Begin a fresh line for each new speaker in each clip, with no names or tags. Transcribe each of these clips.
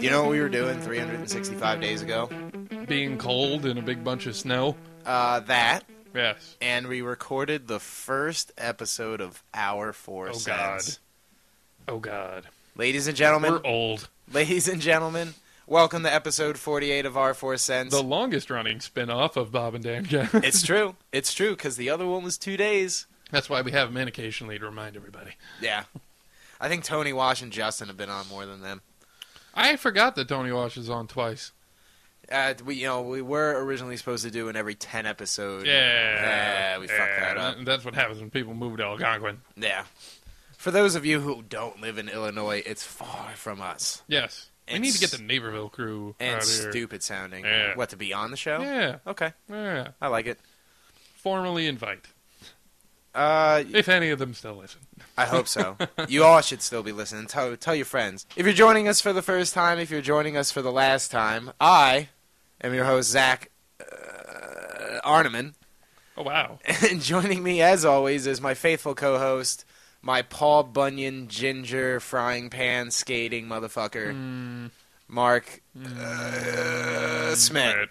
You know what we were doing 365 days ago?
Being cold in a big bunch of snow.
Uh, that,
Yes.
and we recorded the first episode of Our Four
Oh,
Cents.
Oh God.
Ladies and gentlemen,
We're old.
ladies and gentlemen, welcome to episode 48 of Our Four Cents.
The longest running spinoff of Bob and Dan Gang.
it's true. It's true because the other one was two days.
That's why we have them in occasionally to remind everybody.
Yeah. I think Tony Wash and Justin have been on more than them.
I forgot that Tony Wash is on twice.
Uh, we, you know, we were originally supposed to do an every 10 episode.
Yeah.
Yeah, we fucked that up.
That's what happens when people move to Algonquin.
Yeah. For those of you who don't live in Illinois, it's far from us.
Yes. We
And
need to get
s-
the Naperville crew
And
out here.
stupid sounding.
Yeah.
What, to be on the show?
Yeah.
Okay.
Yeah.
I like it.
Formally invite.
Uh,
If any of them still listen.
I hope so. you all should still be listening. Tell, tell your friends. If you're joining us for the first time, if you're joining us for the last time, I am your host, Zach uh, Arneman.
Oh wow.
And joining me, as always, is my faithful co host, my Paul Bunyan ginger frying pan skating motherfucker,
Hmm.
Mark uh, Smith.
Right.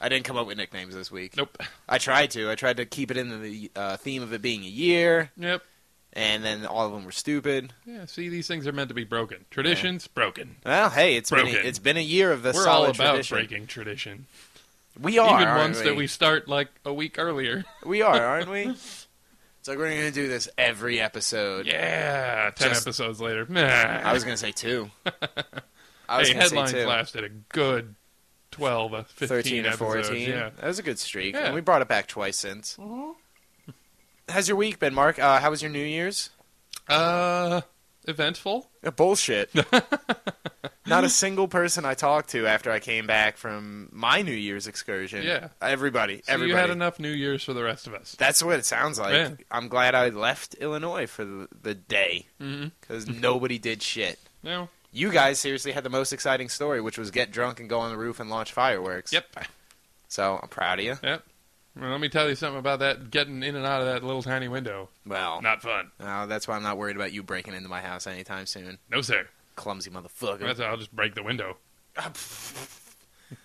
I didn't come up with nicknames this week.
Nope.
I tried to. I tried to keep it in the uh, theme of it being a year,
Yep.
and then all of them were stupid.
Yeah, see, these things are meant to be broken. Traditions broken.
Well, hey, it's been a,
Broken.
it's been a year of the
We're all
solid
about
tradition.
breaking tradition,
We are
even
aren't
ones that we start like a week earlier.
we are, aren't we? It's like we're gonna do this every episode.
Yeah, ten
Just-
episodes later.
I was gonna say two. I was
hey,
gonna
headlines
say two.
lasted a good 12, uh, 15
13 or
episodes.
14.
Yeah,
That was a good streak.
Yeah.
And we brought it back twice since. How's your week been, Mark? Uh, how was your New Year's?
uh, eventful.
Uh, bullshit. Not a single person I talked to after I came back from my New Year's excursion.
Yeah.
Everybody.
So
everybody.
you had enough New Year's for the rest of us.
That's what it sounds like.
Yeah.
I'm glad I left Illinois for the, the day
Mm-hmm.
because nobody did shit.
No.
You guys seriously had the most exciting story, which was get drunk and go on the roof and launch fireworks.
Yep.
So I'm proud of you.
Yep. Well, let me tell you something about that. Getting in and out of that little tiny window.
Well,
Not fun.
uh, that's why I'm not worried about you breaking into my house anytime soon.
No, sir.
clumsy motherfucker.
That's I'll just break the window.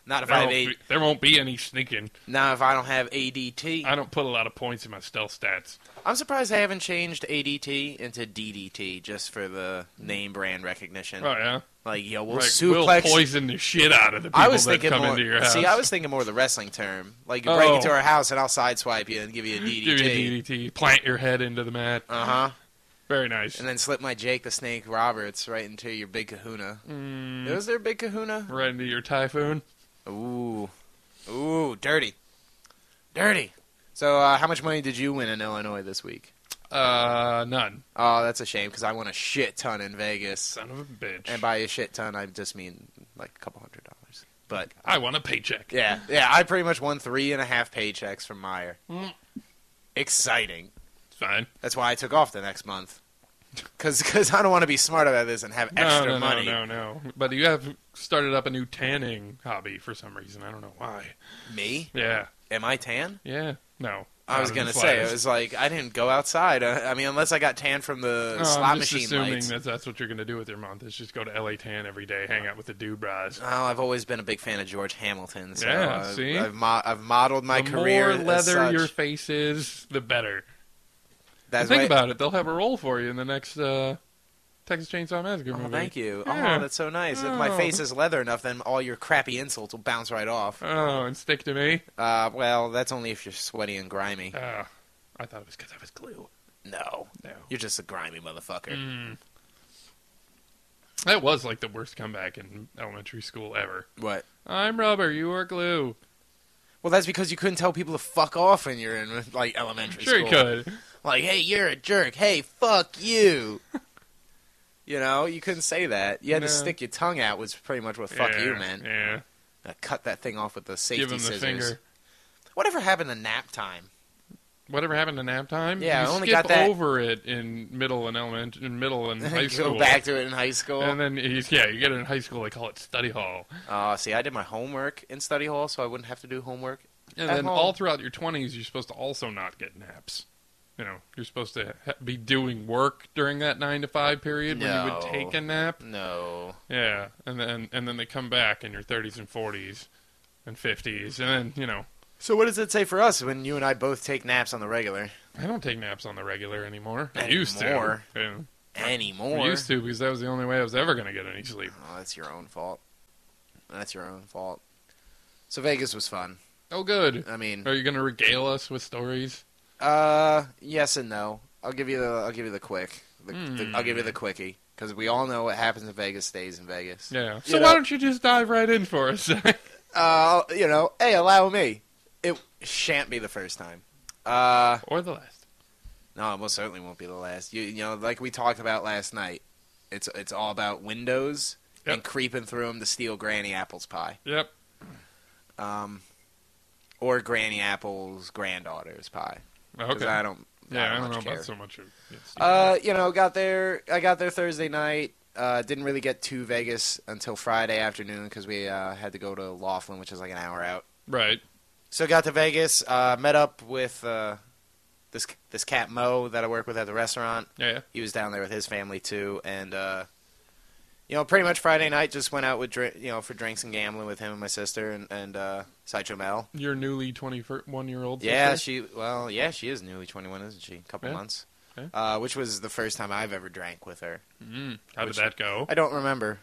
Not if
There
I have
won't,
a,
be, there won't be any sneaking.
not if I don't have ADT.
I don't put a lot of points in my stealth stats.
I'm surprised they haven't changed ADT into DDT just for the name brand recognition.
Oh yeah,
Like yo, we'll
Like, we'll
suplex.
poison the shit out of the people
I was
that
thinking
come
more.
into your house.
See, I was thinking more of the wrestling term. Like you break
Oh.
into our house and I'll sideswipe you and give you a
Give
DDT.
you a DDT, plant your head into the mat.
E Uh huh.
Very nice.
And then slip my Jake the Snake Roberts right into your big Kahuna.
Mm,
Was there a big Kahuna?
right into your typhoon.
Ooh, ooh, dirty, dirty. So, uh, how much money did you win in Illinois this week?
Uh, none.
Oh, that's a shame because I won a shit ton in Vegas,
Son of a bitch.
and by a shit ton, I just mean like a couple hundred dollars. But
I want a paycheck.
yeah, yeah, I pretty much won three and a half paychecks from Meyer.
Mm.
Exciting.
It's fine.
That's why I took off the next month. Cause, 'cause I don't want to be smart about this and have extra
no, no,
money.
no, no, no. But you have started up a new tanning hobby for some reason. I don't know why.
Me?
Yeah,
Am I tan?
yeah. No.
I was
Not in
gonna say
the
it
slightest.
was like I didn't go outside. Uh, I, I mean, unless I got tan from the
No,
uh, slot
Oh, I'm just
machine
assuming
lights.
that that's what you're going to do with your month. Is just go to LA Tan every day,
Uh.
hang out with the dude bras.
Oh, I've always been a big fan of George Hamilton. So
Yeah,
I've,
see?
I've, mo- I've modeled my
the
career.
more
as
leather
such.
your face is, the better.
That's
think
why-
about it; they'll have a role for you in the next uh, Texas Chainsaw Massacre
Oh,
movie.
thank you.
Yeah.
Oh, that's so nice. If my
Oh.
face is leather enough, then all your crappy insults will bounce right off.
Oh, and stick to me.
Uh, well, that's only if you're sweaty and grimy.
Oh, I thought it was because I was glue.
No,
No,
you're just a grimy motherfucker.
Mm. that was like the worst comeback in elementary school ever.
What?
I'm rubber, you are glue.
Well, that's because you couldn't tell people to fuck off when you're in like elementary school.
Sure, you could.
Like, hey, you're a jerk. Hey, fuck you. you know, you couldn't say that. You had
No.
to stick your tongue out. Was pretty much what fuck
yeah,
you meant.
Yeah,
Uh, cut that thing off with the safety
give him the
scissors.
finger.
Whatever happened to nap time?
Whatever happened to nap time?
Yeah,
you
I only
skip
got that-
over it in middle and element, in middle and high
Go
school.
back to it in high school.
And then he's, yeah, you get it in high school. They call it study hall.
Uh, see, I did my homework in study hall, so I wouldn't have to do homework.
And
At
then
home.
all throughout your twenties, you're supposed to also not get naps. you know, you're supposed to ha- be doing work during that nine to five period when you would
No.
take a nap.
No.
Yeah, and then and then they come back in your 30s and 40s and 50s, and then you know,
So what does it say for us when you and I both take naps on the regular?
I don't take naps on the regular anymore. I
Anymore.
used to. Yeah.
Anymore.
I used to because that was the only way I was ever going to get any sleep.
Oh, that's your own fault. That's your own fault. So Vegas was fun.
Oh, good.
I mean,
Are you going to regale us with stories?
uh, yes and no. I'll give you the I'll give you the quick. The, the,
Hmm.
I'll give you the quickie because we all know what happens in Vegas stays in Vegas.
Yeah.
You
So why
know-
don't you just dive right in for us?
Uh, you know, hey, allow me. It shan't be the first time. Uh,
or the last.
no, it most certainly won't be the last. You, you know, like we talked about last night, it's it's all about windows
Yep.
and creeping through them to steal Granny Apple's pie,
Yep.
um, or Granny Apple's granddaughter's pie. 'Cause
Okay.
I don't.
yeah, I don't,
much
know
care.
about so much of yes.
Uh, you know, got there. I got there Thursday night. Uh, didn't really get to Vegas until Friday afternoon because we uh, had to go to Laughlin, which is like an hour out.
right.
So got to Vegas. Uh, met up with uh, this this cat Mo that I work with at the restaurant.
Yeah.
He was down there with his family too, and uh, you know, pretty much Friday night just went out with dri- you know for drinks and gambling with him and my sister and and uh, Sideshow Mel.
Your newly 21 year old.
Yeah,
sister?
she well, yeah, she is newly twenty one, isn't she? A couple
Yeah.
months.
Yeah.
Uh, which was the first time I've ever drank with her.
Mm. How did
Which-
that go?
I don't remember.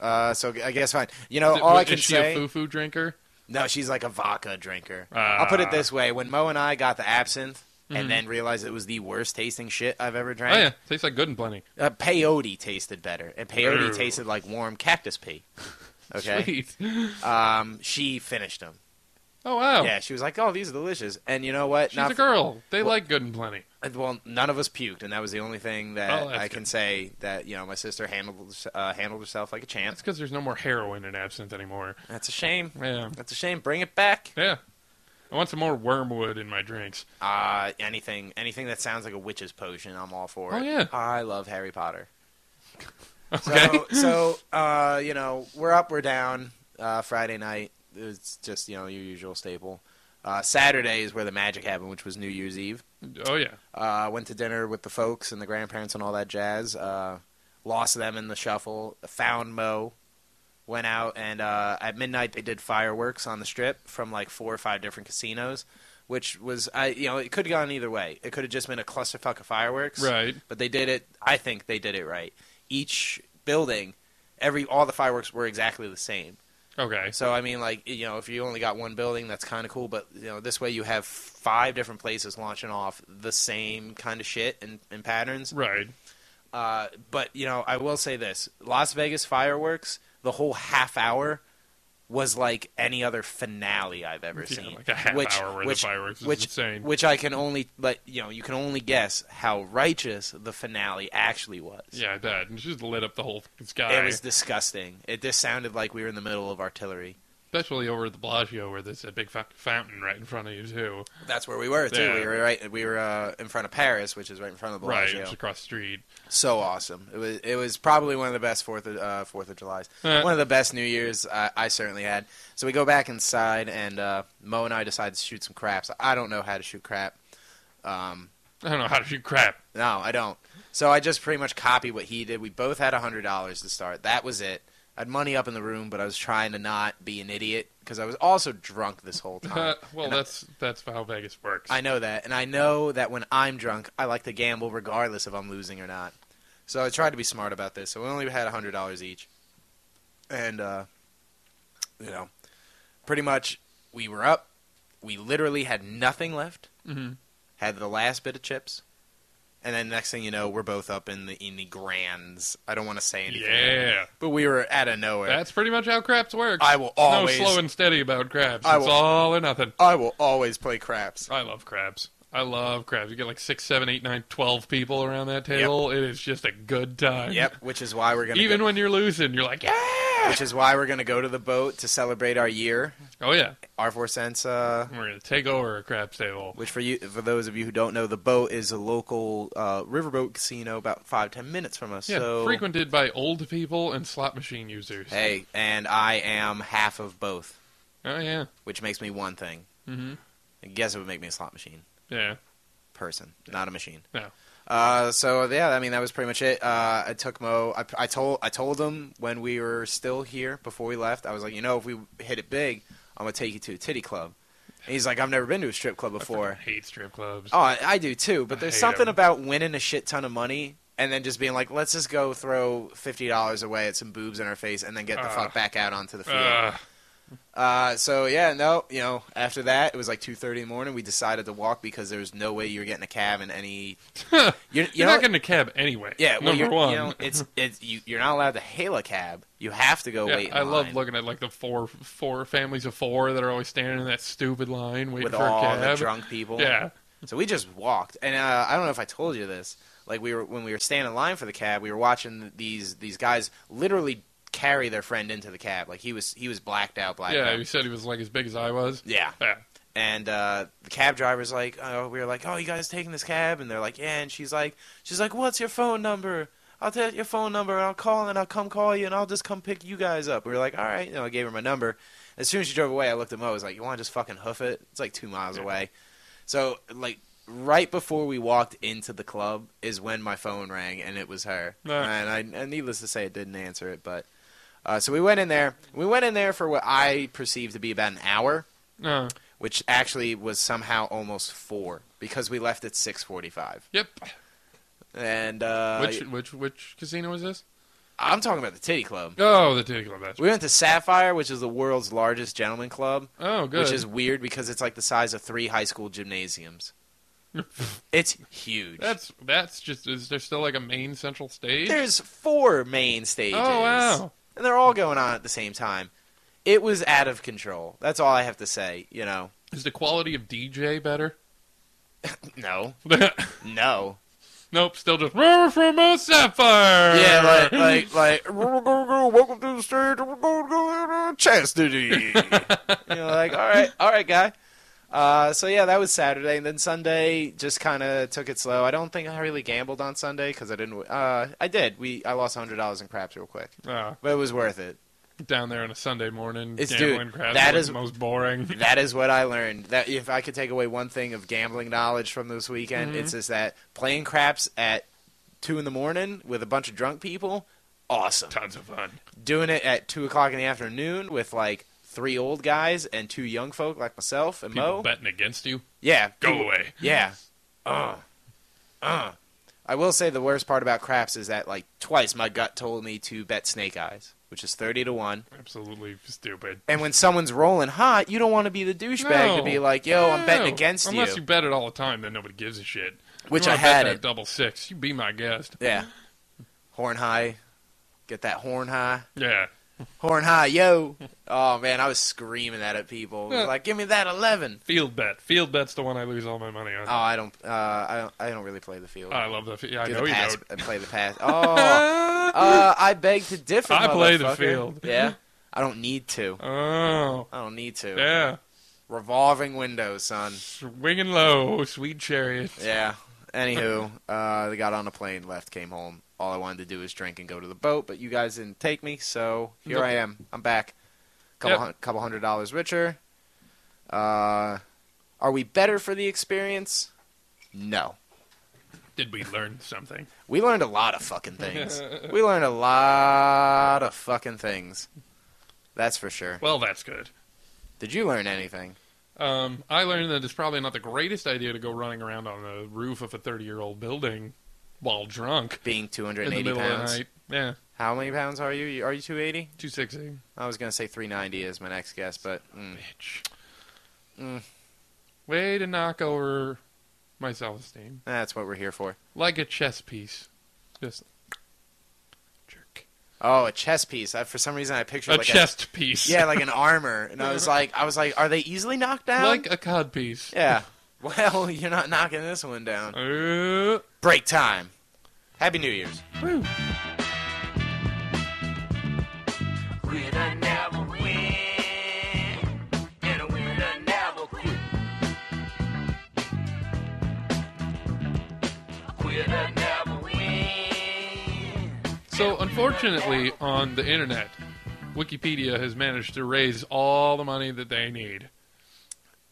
Uh, so I guess fine. You know,
Is it-
all I
is
can
she
say.
a foo foo drinker?
No, she's like a vodka drinker. I'll
Ah.
put it this way: when Mo and I got the absinthe,
Mhm.
and then realized it was the worst tasting shit I've ever
Oh yeah,
drank.
tastes like good and plenty.
Uh, peyote tasted better, and peyote
Ew.
tasted like warm cactus pee. Okay,
Sweet.
um, she finished them.
Oh wow.
Yeah, she was like, "Oh, these are delicious," and you know what?
She's
Not
a girl. They
Well-
like good and plenty.
f- well, none of us puked, and that was the only thing that
Oh, that's
I can
good.
say that you know my sister handled uh, handled herself like a champ.
That's because there's no more heroin in absinthe anymore.
That's a shame.
Yeah.
That's a shame. Bring it back.
Yeah. I want some more wormwood in my drinks.
Uh, anything, anything that sounds like a witch's potion, I'm all for.
Oh,
it.
yeah.
I love Harry Potter.
Okay.
So, so uh, you know, we're up, we're down. Uh, Friday night, it's just you know your usual staple. Uh, Saturday is where the magic happened, which was New Year's Eve.
oh yeah.
Uh, went to dinner with the folks and the grandparents and all that jazz. Uh, lost them in the shuffle. Found Mo. Went out and uh, at midnight they did fireworks on the strip from like four or five different casinos, which was I you know it could have gone either way. It could have just been a clusterfuck of fireworks,
Right.
But they did it. I think they did it right. Each building, every all the fireworks were exactly the same.
Okay.
So I mean, like you know, if you only got one building, that's kind of cool. But you know, this way you have five different places launching off the same kind of shit and, and patterns.
Right.
Uh, but you know, I will say this: Las Vegas fireworks, the whole half hour was like any other finale I've ever
Yeah,
seen.
like a half
which,
hour worth of
which,
fireworks is
which,
insane.
Which I can only, but you know, you can only guess how righteous the finale actually was.
Yeah, I bet. And she just lit up the whole fucking sky.
It was disgusting. It just sounded like we were in the middle of artillery.
Especially over at the Bellagio where there's a big fuck fountain right in front of you too.
That's where we were too.
Yeah.
We were right. We were uh, in front of Paris, which is right in front of the
Right,
Bellagio.
just across the street.
So awesome! It was. It was probably one of the best Fourth of uh, Fourth of July's.
Uh.
one of the best New Years I, I certainly had. So we go back inside, and uh, Mo and I decide to shoot some craps. I don't know how to shoot crap. Um,
I don't know how to shoot crap.
no, I don't. So I just pretty much copy what he did. We both had hundred dollars to start. That was it. I had money up in the room, but I was trying to not be an idiot because I was also drunk this whole time.
well,
And I-
that's that's how Vegas works.
I know that, and I know that when I'm drunk, I like to gamble regardless if I'm losing or not. So I tried to be smart about this. So we only had hundred dollars each, and uh, you know, pretty much we were up. We literally had nothing left.
hmm
Had the last bit of chips, and then next thing you know, we're both up in the in the grands. I don't want to say anything,
Yeah,
but we were out of nowhere.
that's pretty much how craps works.
I will
no
always,
slow and steady about crabs.
I
It's
will-
all or nothing.
I will always play craps.
I love crabs. I love crabs. You get like six, seven, eight, nine, twelve people around that table. It is just a good time.
Yep, which is why we're gonna
Even
go-
when you're losing, you're like, yeah.
which is why we're going to go to the boat to celebrate our year,
Oh yeah,
our four cents. Uh,
we're gonna take over a craps table.
which for you, for those of you who don't know, the boat is a local uh, riverboat casino about five ten minutes from us.
Yeah,
so
frequented by old people and slot machine users.
hey, and I am half of both,
Oh yeah.
which makes me one thing.
hmm
I guess it would make me a slot machine.
Yeah.
person, not a machine.
No.
Uh, so yeah, I mean that was pretty much it. Uh, I took Mo. I, I told I told him when we were still here before we left. I was like, you know, if we hit it big, I'm gonna take you to a titty club. And he's like, I've never been to a strip club
I
before.
hate strip clubs.
Oh, I, I do too. But
I
there's
hate
something
'em.
about winning a shit ton of money and then just being like, let's just go throw fifty dollars away at some boobs in our face and then get the
Ugh.
fuck back out onto the field.
Ugh.
Uh, so yeah, no, you know, after that it was like two thirty in the morning. We decided to walk because there was no way you were getting a cab in any. You're, you
you're
know-
not getting a cab anyway.
yeah, well,
number
you're,
one.
You know, it's it's you, you're not allowed to hail a cab. You have to go
Yeah,
wait. In
I love
line
looking at like the four four families of four that are always standing in that stupid line waiting
with
for
all
a cab.
the drunk people.
Yeah,
So we just walked, and uh, I don't know if I told you this. Like we were when we were standing in line for the cab, we were watching these these guys literally carry their friend into the cab. Like he was he was blacked out, blacked
yeah.
out.
You said he was like as big as I was.
yeah.
Yeah.
And uh, the cab driver's like, oh, we were like, oh, you guys taking this cab? And they're like, yeah. And she's like, she's like, what's your phone number? I'll tell you your phone number. And I'll call and I'll come call you and I'll just come pick you guys up. We were like, all right. You know, I gave her my number. As soon as she drove away, I looked at Mo. I was like, you want to just fucking hoof it? It's like two miles
Yeah.
away. So like right before we walked into the club is when my phone rang and it was her.
Ah.
And I, and needless to say, I didn't answer it. But uh, so we went in there. We went in there for what I perceived to be about an hour
Uh,
which actually was somehow almost four because we left at 6:45.
yep.
And uh,
which which which casino was this?
I'm talking about the Titty Club.
Oh, the Titty Club. That's
We went to Sapphire, which is the world's largest gentleman club,
oh, good.
which is weird because it's like the size of three high school gymnasiums. it's huge.
that's that's just is there still like a main central stage?
There's four main
oh
stages.
wow.
And they're all going on at the same time. It was out of control. That's all I have to say, you know.
Is the quality of DJ better?
No. No.
nope. Still just "Roar from a sapphire.
Yeah, like like like welcome to the stage. We're going to chastity. you know, like all right, all right, guy. Uh, so yeah, that was Saturday, and then Sunday just kind of took it slow. I don't think I really gambled on Sunday because I didn't. Uh, I did. We I lost hundred dollars in craps real quick,
Ah,
but it was worth it.
down there on a Sunday morning,
It's-
gambling
dude,
crowd.
that
That is
is-
the most boring.
That is what I learned. That if I could take away one thing of gambling knowledge from this weekend,
Mhm.
it's just that playing craps at two in the morning with a bunch of drunk people, awesome.
Tons of fun.
doing it at two o'clock in the afternoon with like three old guys and two young folk like myself and
People
Mo.
betting against you.
yeah,
Go
people-
away.
Yeah. Uh, uh. I will say the worst part about craps is that like twice my gut told me to bet snake eyes, which is thirty to one.
Absolutely stupid.
And when someone's rolling hot, you don't want to be the douchebag to
No.
be like, "Yo, I'm betting
No.
against
Unless
you,",
you bet it all the time, then nobody gives a shit.
which
you
I
wanna bet
had
that
it.
double six. You be my guest.
Yeah, horn high, get that horn high.
Yeah.
Horn high, yo! Oh man, I was screaming that at people. It was
Yeah.
Like, give me that eleven.
Field bet. Field bet's the one I lose all my money on.
Oh, I don't. Uh, I don't. I don't really play the field.
I love the field. Uh, I
Do
know
the
you
pass.
don't. Ah!
I play the pass. Oh, uh, I beg to differ.
I play the
motherfucker.
field.
Yeah, I don't need to.
oh.
I don't need to.
Yeah.
Revolving windows, son.
Swinging low. Sweet chariot.
Yeah. Anywho, uh, they got on a plane, left, came home. All I wanted to do was drink and go to the boat, but you guys didn't take me, so here
Nope.
I am. I'm back. Couple,
Yep.
hun- couple hundred dollars richer. Uh, are we better for the experience? No.
Did we learn something?
We learned a lot of fucking things. we learned a lot of fucking things. That's for sure.
Well, that's good.
Did you learn anything?
Um, I learned that it's probably not the greatest idea to go running around on the roof of a 30 year old building while drunk
Being
in the
280
middle of the
pounds.
night. Yeah,
How many pounds are you? You- Are you 280?
260.
I was going to say 390 is my next guess, but mm,
Bitch.
Mm.
Way to knock over my self esteem.
that's what we're here for.
Like a chess piece. Just. Jerk.
Oh, a chess piece. I, for some reason, I pictured
A
like
chest piece.
a yeah, like an armor, and I was like, I was like, are they easily knocked down?
Like a cod piece.
yeah. Well, you're not knocking this one down.
Uh,
Break time. Happy New Year's.
woo.
Winner never win, and a winner never quit. Winner never win.
So, unfortunately, on the internet, Wikipedia has managed to raise all the money that they need.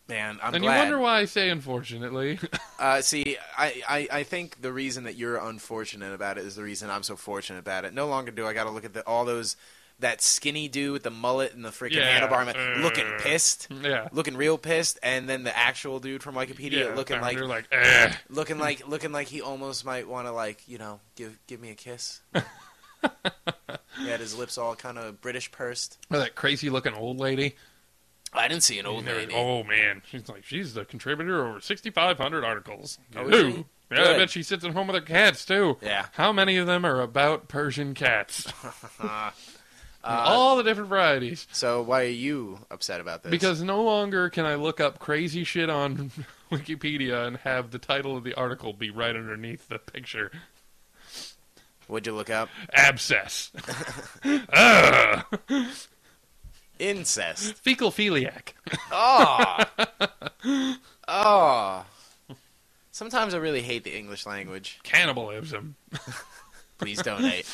Man, I'm
and
glad.
you wonder why I say unfortunately.
Uh, see, I, I, I think the reason that you're unfortunate about it is the reason I'm so fortunate about it. No longer do I got to look at the, all those that skinny dude with the mullet and the freaking
Yeah,
handlebar man
uh,
looking pissed,
yeah.
looking real pissed, and then the actual dude from Wikipedia
yeah,
looking like
you're like, eh.
looking like looking like he almost might want to like you know give give me a kiss. he had his lips all kind of British pursed.
Or that crazy looking old lady.
I didn't see an old
There-
lady.
Oh man, she's like she's the contributor over 6,500 articles.
Oh,
Ooh.
is she?
Yeah, I
Good.
bet she sits at home with her cats too.
Yeah.
How many of them are about Persian cats?
Uh,
All the different varieties.
so why are you upset about this?
Because no longer can I look up crazy shit on Wikipedia and have the title of the article be right underneath the picture.
what'd you look up?
Abscess. Ugh.
Incest.
Fecal philiac.
Oh. oh. Sometimes I really hate the English language.
Cannibalism.
Please donate.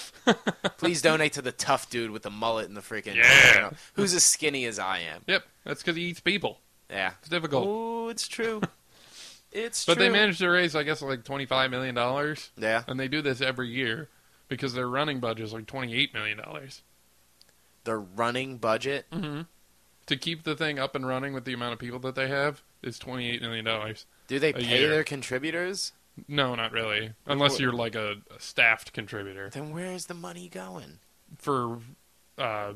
Please donate to the tough dude with the mullet and the freaking.
Yeah.
you know, who's as skinny as I am.
Yep, that's because he eats people.
Yeah.
It's difficult.
Oh, it's true. It's
but
true.
they managed to raise, I guess, like twenty-five million dollars,
Yeah.
and they do this every year because their running budget is like twenty-eight million dollars
The running budget.
to keep the thing up and running with the amount of people that they have is twenty-eight million dollars.
Do they
A
pay
year.
their contributors?
No, not really, unless
What-
you're like a, a staffed contributor
Then where is the money going?
for uh,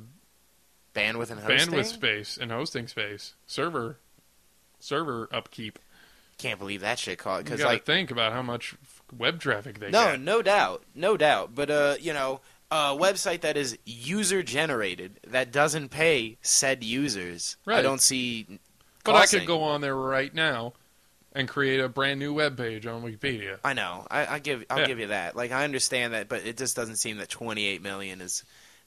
Bandwidth and hosting.
bandwidth space and hosting space, server, server upkeep.
Can't believe that shit caught.
You
Because
gotta
like
think about how much web traffic they
No,
get.
no doubt, no doubt. But uh, you know, a website that is user generated that doesn't pay said users. I
Right.
don't see.
But I
costing.
could go on there right now and create a brand new web page on Wikipedia.
I know. I, I give. I'll
Yeah.
give you that. Like I understand that, but it just doesn't seem that 28 million is.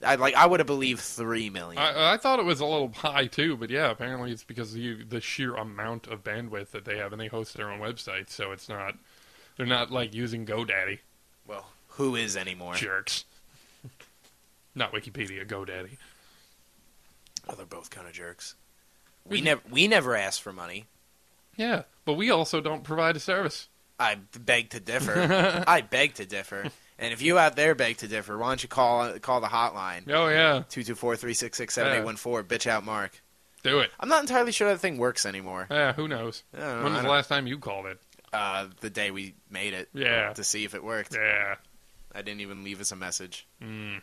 I like. I would have believed three million.
I, I thought it was a little high too, but yeah, apparently it's because of you, the sheer amount of bandwidth that they have, and they host their own websites, so it's not they're not like using GoDaddy
well, who is anymore?
jerks. Not Wikipedia, GoDaddy.
Well, Oh, they're both kind of jerks.
Mm-hmm.
We never. We never asked for money.
Yeah, but we also don't provide a service.
I beg to differ. I beg to differ. And if you out there beg to differ, why don't you call call the hotline?
Oh yeah,
Two two four three six six seven eight one four. Bitch out, Mark.
do it.
I'm not entirely sure that thing works anymore.
Yeah, who knows?
I don't know, Uh, I
when was the
don't-
last time you called it?
uh, the day we made it
Yeah,
to see if it worked.
yeah.
I didn't even leave us a message.
Mm.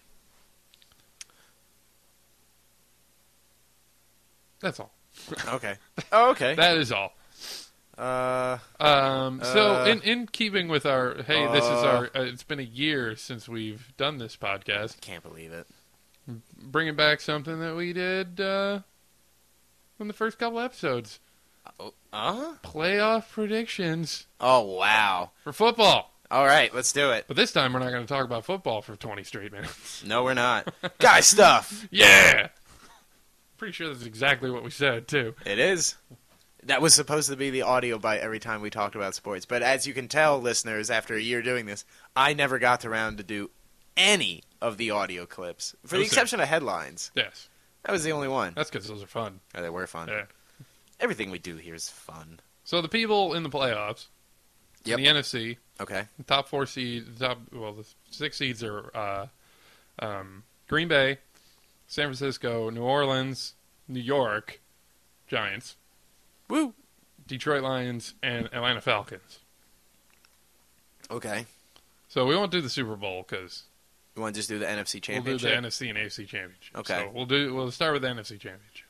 That's all.
Okay. Oh, okay.
That is all.
Uh,
Um, so,
Uh,
in, in keeping with our hey, this is
uh,
our. Uh, it's been a year since we've done this podcast.
can't believe it.
Bringing back something that we did uh, in the first couple episodes:
Uh?
playoff predictions
Oh wow.
for football.
All right, let's do it.
But this time, we're not going to talk about football for twenty straight minutes.
No, we're not. Guy stuff.
yeah, pretty sure that's exactly what we said too.
It is. That was supposed to be the audio bite every time we talked about sports, but as you can tell, listeners, after a year doing this, I never got around to do any of the audio clips, for the
Okay.
exception of headlines.
Yes,
That was the only one.
that's because those are fun.
Oh, they were fun.
Yeah.
Everything we do here is fun.
So the people in the playoffs,
Yep.
in the NFC,
Okay.
the top four seed, the top well, the six seeds are uh, um, Green Bay, San Francisco, New Orleans, New York, Giants,
Woo.
Detroit Lions, and Atlanta Falcons.
Okay.
So we won't do the Super Bowl because
You want to just do the NFC
we'll do the
Championship?
NFC and AFC championship.
Okay.
So we'll do we'll start with the NFC championship.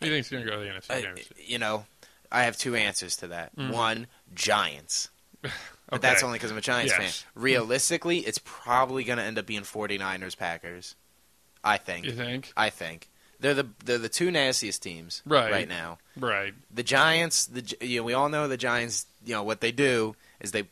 Who do you think's going to go to the NFC
I-
championship?
you know, I have two answers to that.
Mhm.
One, Giants. But that's only because I'm a Giants
Yes.
fan. Realistically, it's probably going to end up being 49ers Packers. I think.
you think
I think. They're the they're the two nastiest teams
Right.
now.
right.
The Giants, the Gi- you know, we all know the Giants, you know, what they do is they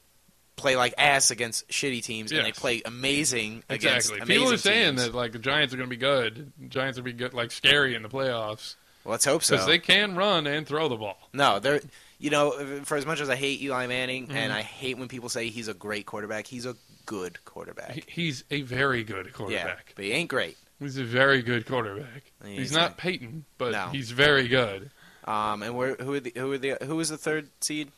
play like ass against shitty teams and they
Yes.
play amazing against
Exactly.
amazing
People are saying
teams.
that like the Giants are going to be good. Giants are going to be good, like scary in the playoffs
Well, let's hope so.
because they can run and throw the ball.
No, they're you know, for as much as I hate Eli Manning and
Mhm.
I hate when people say he's a great quarterback, he's a good quarterback.
He- He's a very good
Yeah,
quarterback.
but he ain't great.
He's a very good quarterback.
Yeah,
he's
he's
not
like-
Peyton, but
No.
he's very good.
Um, and where, who are the who are the who was the third seed?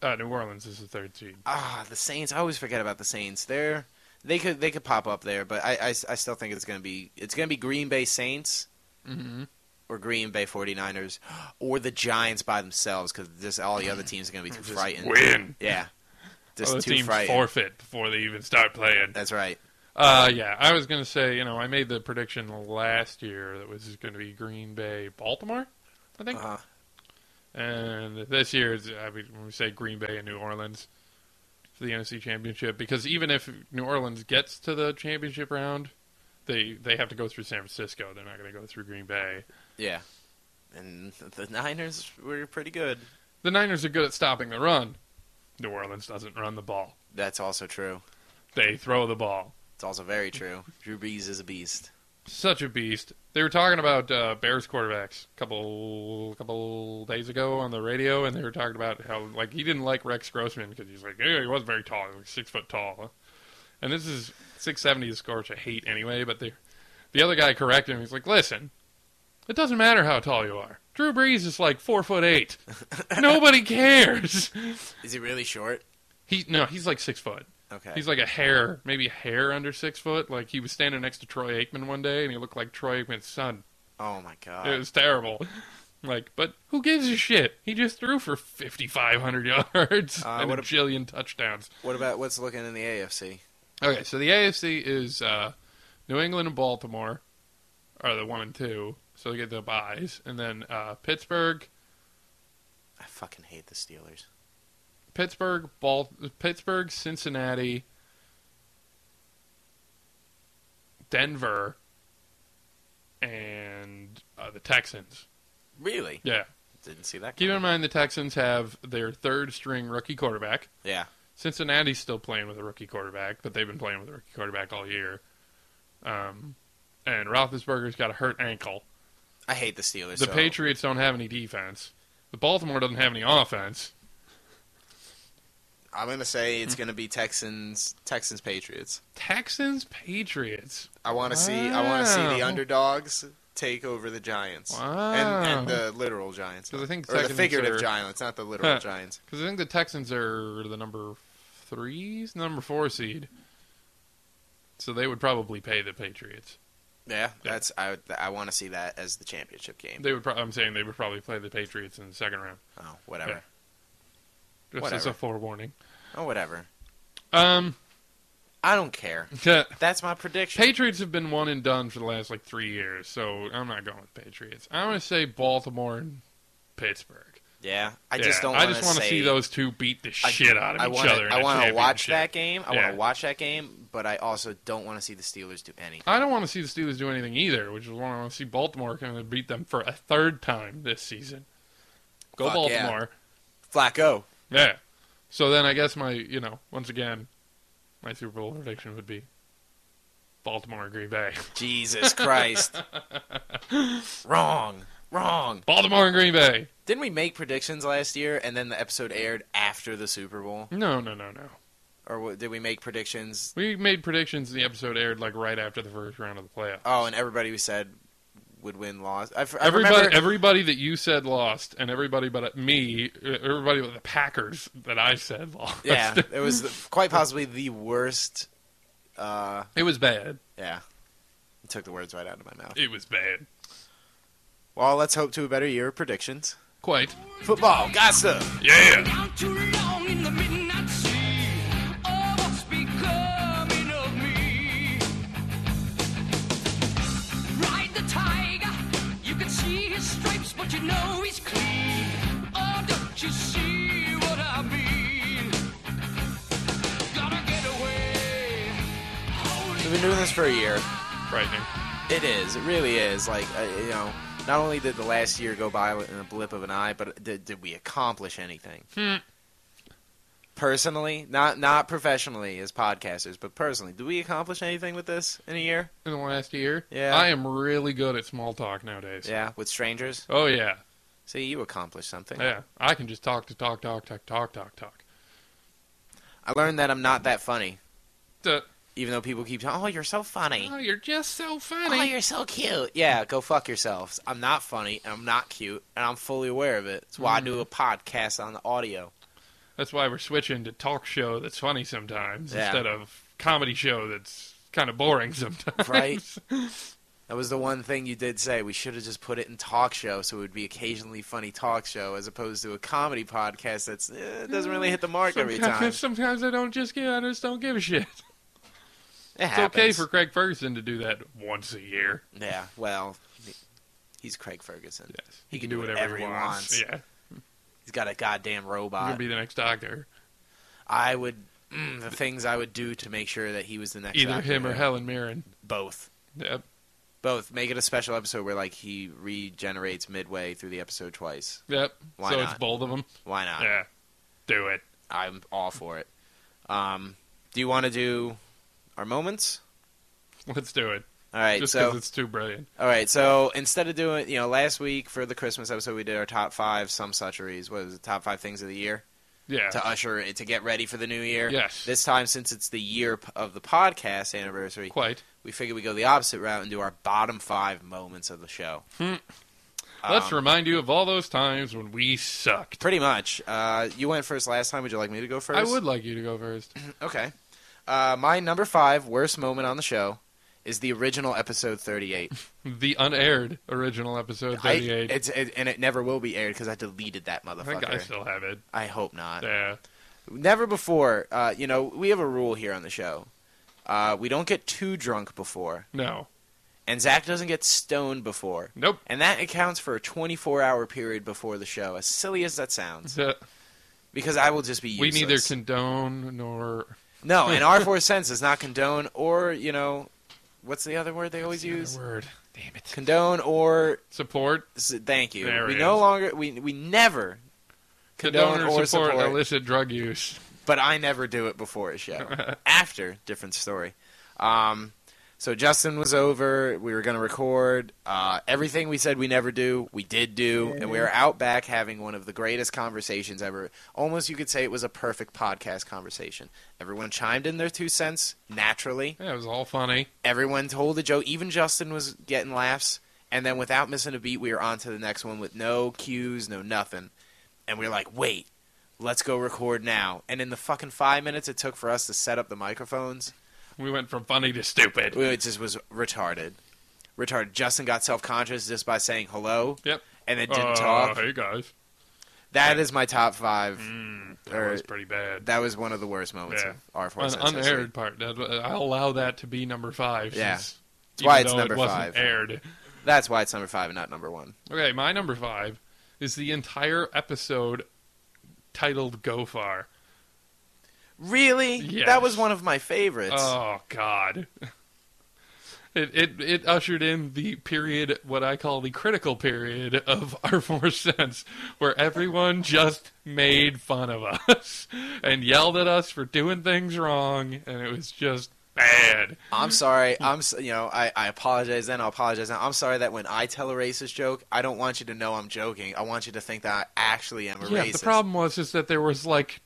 Uh, New Orleans is the third seed.
Ah, the Saints. I always forget about the Saints. They're they could they could pop up there, but I, I, I still think it's gonna be it's gonna be Green Bay Saints
Mm-hmm.
or Green Bay 49ers or the Giants by themselves because just all the other teams are gonna be too
Just
frightened.
win.
Yeah, just
Other
too
teams
frightened.
forfeit before they even start playing.
That's right.
Uh, yeah, I was gonna say, you know, I made the prediction last year that was going to be Green Bay, Baltimore, I think,
Uh,
and this year is I mean, when we say Green Bay and New Orleans for the NFC Championship because even if New Orleans gets to the championship round, they they have to go through San Francisco. They're not going to go through Green Bay.
yeah, and the Niners were pretty good.
The Niners are good at stopping the run. New Orleans doesn't run the ball;
That's also true.
they throw the ball.
It's also very true. Drew Brees is a beast.
such a beast. They were talking about uh, Bears quarterbacks a couple couple days ago on the radio, and they were talking about how like he didn't like Rex Grossman because he's like yeah, he was very tall, he was six foot tall, and this is six seventy is score which I hate anyway. But they, the other guy corrected him. He's like, listen, it doesn't matter how tall you are. Drew Brees is like four foot eight. Nobody cares.
Is he really short?
He no, he's like six foot.
Okay.
He's like a hair, maybe a hair under six foot. Like he was standing next to Troy Aikman one day, and he looked like Troy Aikman's son.
oh my god.
It was terrible. Like, but who gives a shit? He just threw for fifty five hundred yards
Uh,
and
what
a
ab-
jillion touchdowns.
What about what's looking in the AFC?
Okay, so the AFC is uh, New England and Baltimore are the one and two, so they get the buys, and then uh, Pittsburgh,
I fucking hate the Steelers.
Pittsburgh, Bal- Pittsburgh, Cincinnati, Denver, and uh, the Texans.
Really?
Yeah.
Didn't see that.
Keep in
coming.
mind the Texans have their third string rookie quarterback.
Yeah.
Cincinnati's still playing with a rookie quarterback, but they've been playing with a rookie quarterback all year. Um, and Roethlisberger's got a hurt ankle.
I hate the Steelers.
The
so-
Patriots don't have any defense. The Baltimore doesn't have any offense.
I'm gonna say it's gonna be Texans. Texans Patriots.
Texans, Patriots.
I want to see. I want to see the
Wow.
underdogs take over the Giants. And, and
Wow.
the literal Giants.
'Cause I think
or the
Texans
figurative
are-
Giants, not the literal
Huh.
Giants.
Because I think the Texans are the number threes, number four seed. So they would probably pay the Patriots.
Yeah, that's I. would- I want to see that as the championship game.
They would. Pro- I'm saying they would probably play the Patriots in the second round.
Oh, whatever.
Yeah. Just as
Whatever.
a forewarning.
Oh, whatever.
Um,
I don't care. That's my prediction.
Patriots have been one and done for the last like three years, so I'm not going with Patriots. I'm going to say Baltimore and Pittsburgh.
yeah, I just
Yeah,
don't.
I just
want to
see those two beat the shit out of
I
each
wanna,
other. in
I
a
wanna watch
championship.
that game. I want
Yeah.
to watch that game, but I also don't want to see the Steelers do anything.
I don't want to see the Steelers do anything either, which is why I want to see Baltimore kind of beat them for a third time this season. Go
Fuck yeah.
Baltimore.
Flacco.
Yeah. So then I guess my, you know, once again, my Super Bowl prediction would be Baltimore or Green Bay.
Jesus Christ. wrong. Wrong.
Baltimore and Green Bay.
Didn't we make predictions last year and then the episode aired after the Super Bowl?
No, no, no, no.
Or what, did we make predictions?
We made predictions the episode aired like right after the first round of the playoffs.
Oh, and everybody we said would win lost. I, f- I
everybody,
remember-
everybody that you said lost, and everybody but uh, me, everybody but the Packers that I said lost.
yeah, it was the- quite possibly the worst. Uh,
it was bad.
yeah. It took the words right out of my mouth.
It was bad.
Well, let's hope to a better year of predictions.
Quite.
Football, gossip.
Yeah.
Down too long in the midnight sea. Oh, what's becoming of me? Ride the tiger. You can see his stripes, but you know he's clean. Oh, don't you see what I mean? Gotta get away. Holy
We've been doing this for a year.
Frightening.
It is. It really is. Like uh, you know, not only did the last year go by in a blip of an eye, but did, did we accomplish anything?
Hmm.
Personally, not not professionally as podcasters, but personally, do we accomplish anything with this in a year?
In the last year,
Yeah.
I am really good at small talk nowadays.
Yeah, with strangers.
Oh yeah,
See, you accomplished something.
yeah. I can just talk to talk, talk, talk, talk, talk, talk.
I learned that I'm not that funny.
Duh.
Even though people keep telling, "Oh, you're so funny.
Oh, you're just so funny.
Oh, you're so cute." Yeah, go fuck yourselves. I'm not funny and I'm not cute and I'm fully aware of it. That's why I
Hmm.
do a podcast on the audio.
That's why we're switching to talk show that's funny sometimes
Yeah.
instead of comedy show that's kind of boring sometimes.
Right. That was the one thing you did say. We should have just put it in talk show, so it would be occasionally funny talk show, as opposed to a comedy podcast that's eh, doesn't really hit the mark every time.
Sometimes, sometimes I don't just give. I just don't give a shit.
It
It's okay
happens.
for Craig Ferguson to do that once a year.
yeah. Well, he- he's Craig Ferguson.
Yes,
He can do whatever he wants.
Yeah,
He's got a goddamn
he's
robot.
gonna be the next Doctor.
I would mm, the things I would do to make sure that he was the next.
Either
Doctor
him or
Who.
Helen Mirren.
Both.
Yep.
Both. Make it a special episode where like he regenerates midway through the episode twice.
Yep.
Why
so it's
not? Uh,
both of them.
Why not?
yeah. Do it.
I'm all for it. Um, do you want to do our moments?
Let's do it.
All right,
Just because
so
it's too brilliant.
all right, so instead of doing, you know, last week for the Christmas episode, we did our top five some sucheries. What is it? Top five things of the year
Yeah.
to usher it to get ready for the new year.
Yes.
This time, since it's the year p- of the podcast anniversary,
Quite.
we figured we go the opposite route and do our bottom five moments of the show.
Hmm. Let's
Um,
remind you of all those times when we sucked.
Pretty much. Uh, you went first last time. Would you like me to go first?
I would like you to go first.
Okay. Uh, my number five worst moment on the show is the original episode 38.
The unaired original episode
I,
38.
it's, it, and it never will be aired because I deleted that
I think
motherfucker.
I still have it.
I hope not.
Yeah.
Never before. Uh, you know, we have a rule here on the show. Uh, we don't get too drunk before,
No.
and Zach doesn't get stoned before.
Nope.
And that accounts for a 24 hour period before the show, as silly as that sounds.
Uh,
Because I will just be
we
useless.
neither condone nor
No, and our four cents does not condone or, you know, what's the other word they always
Another
use?
word. Damn it.
Condone or
Support,
s- thank you.
There
we
it
no
is.
longer we we never
condone,
condone
or,
or
support,
support.
illicit drug use.
but I never do it before a show. After, different story. Um, so Justin was over. We were going to record. Uh, everything we said we never do, we did do, and we were out back having one of the greatest conversations ever. Almost, you could say it was a perfect podcast conversation. Everyone chimed in their two cents naturally.
Yeah, it was all funny.
Everyone told a joke. Even Justin was getting laughs. And then, without missing a beat, we were on to the next one with no cues, no nothing. And we were like, wait, let's go record now. And in the fucking five minutes it took for us to set up the microphones,
We went from funny to stupid.
it just was retarded. Retarded. Justin got self conscious just by saying hello
Yep.
and then didn't
Uh,
talk.
Hey guys.
That is my top five.
Mm, That
Or-
was pretty bad.
That was one of the worst moments
Yeah.
of our four
An unaired part. That, I'll allow that to be number five.
Yeah.
Since,
That's why
even
it's
though
number
it wasn't
five.
Aired.
That's why it's number five and not number one.
Okay, my number five is the entire episode titled "Go Far."
Really?
Yes.
That was one of my favorites.
Oh God. It, it it ushered in the period, what I call the critical period of our four cents, where everyone just made fun of us and yelled at us for doing things wrong, and it was just bad.
I'm sorry. I'm s- you know I, I apologize then I apologize now. I'm sorry that when I tell a racist joke, I don't want you to know I'm joking. I want you to think that I actually am a
yeah,
racist.
the problem was is that there was like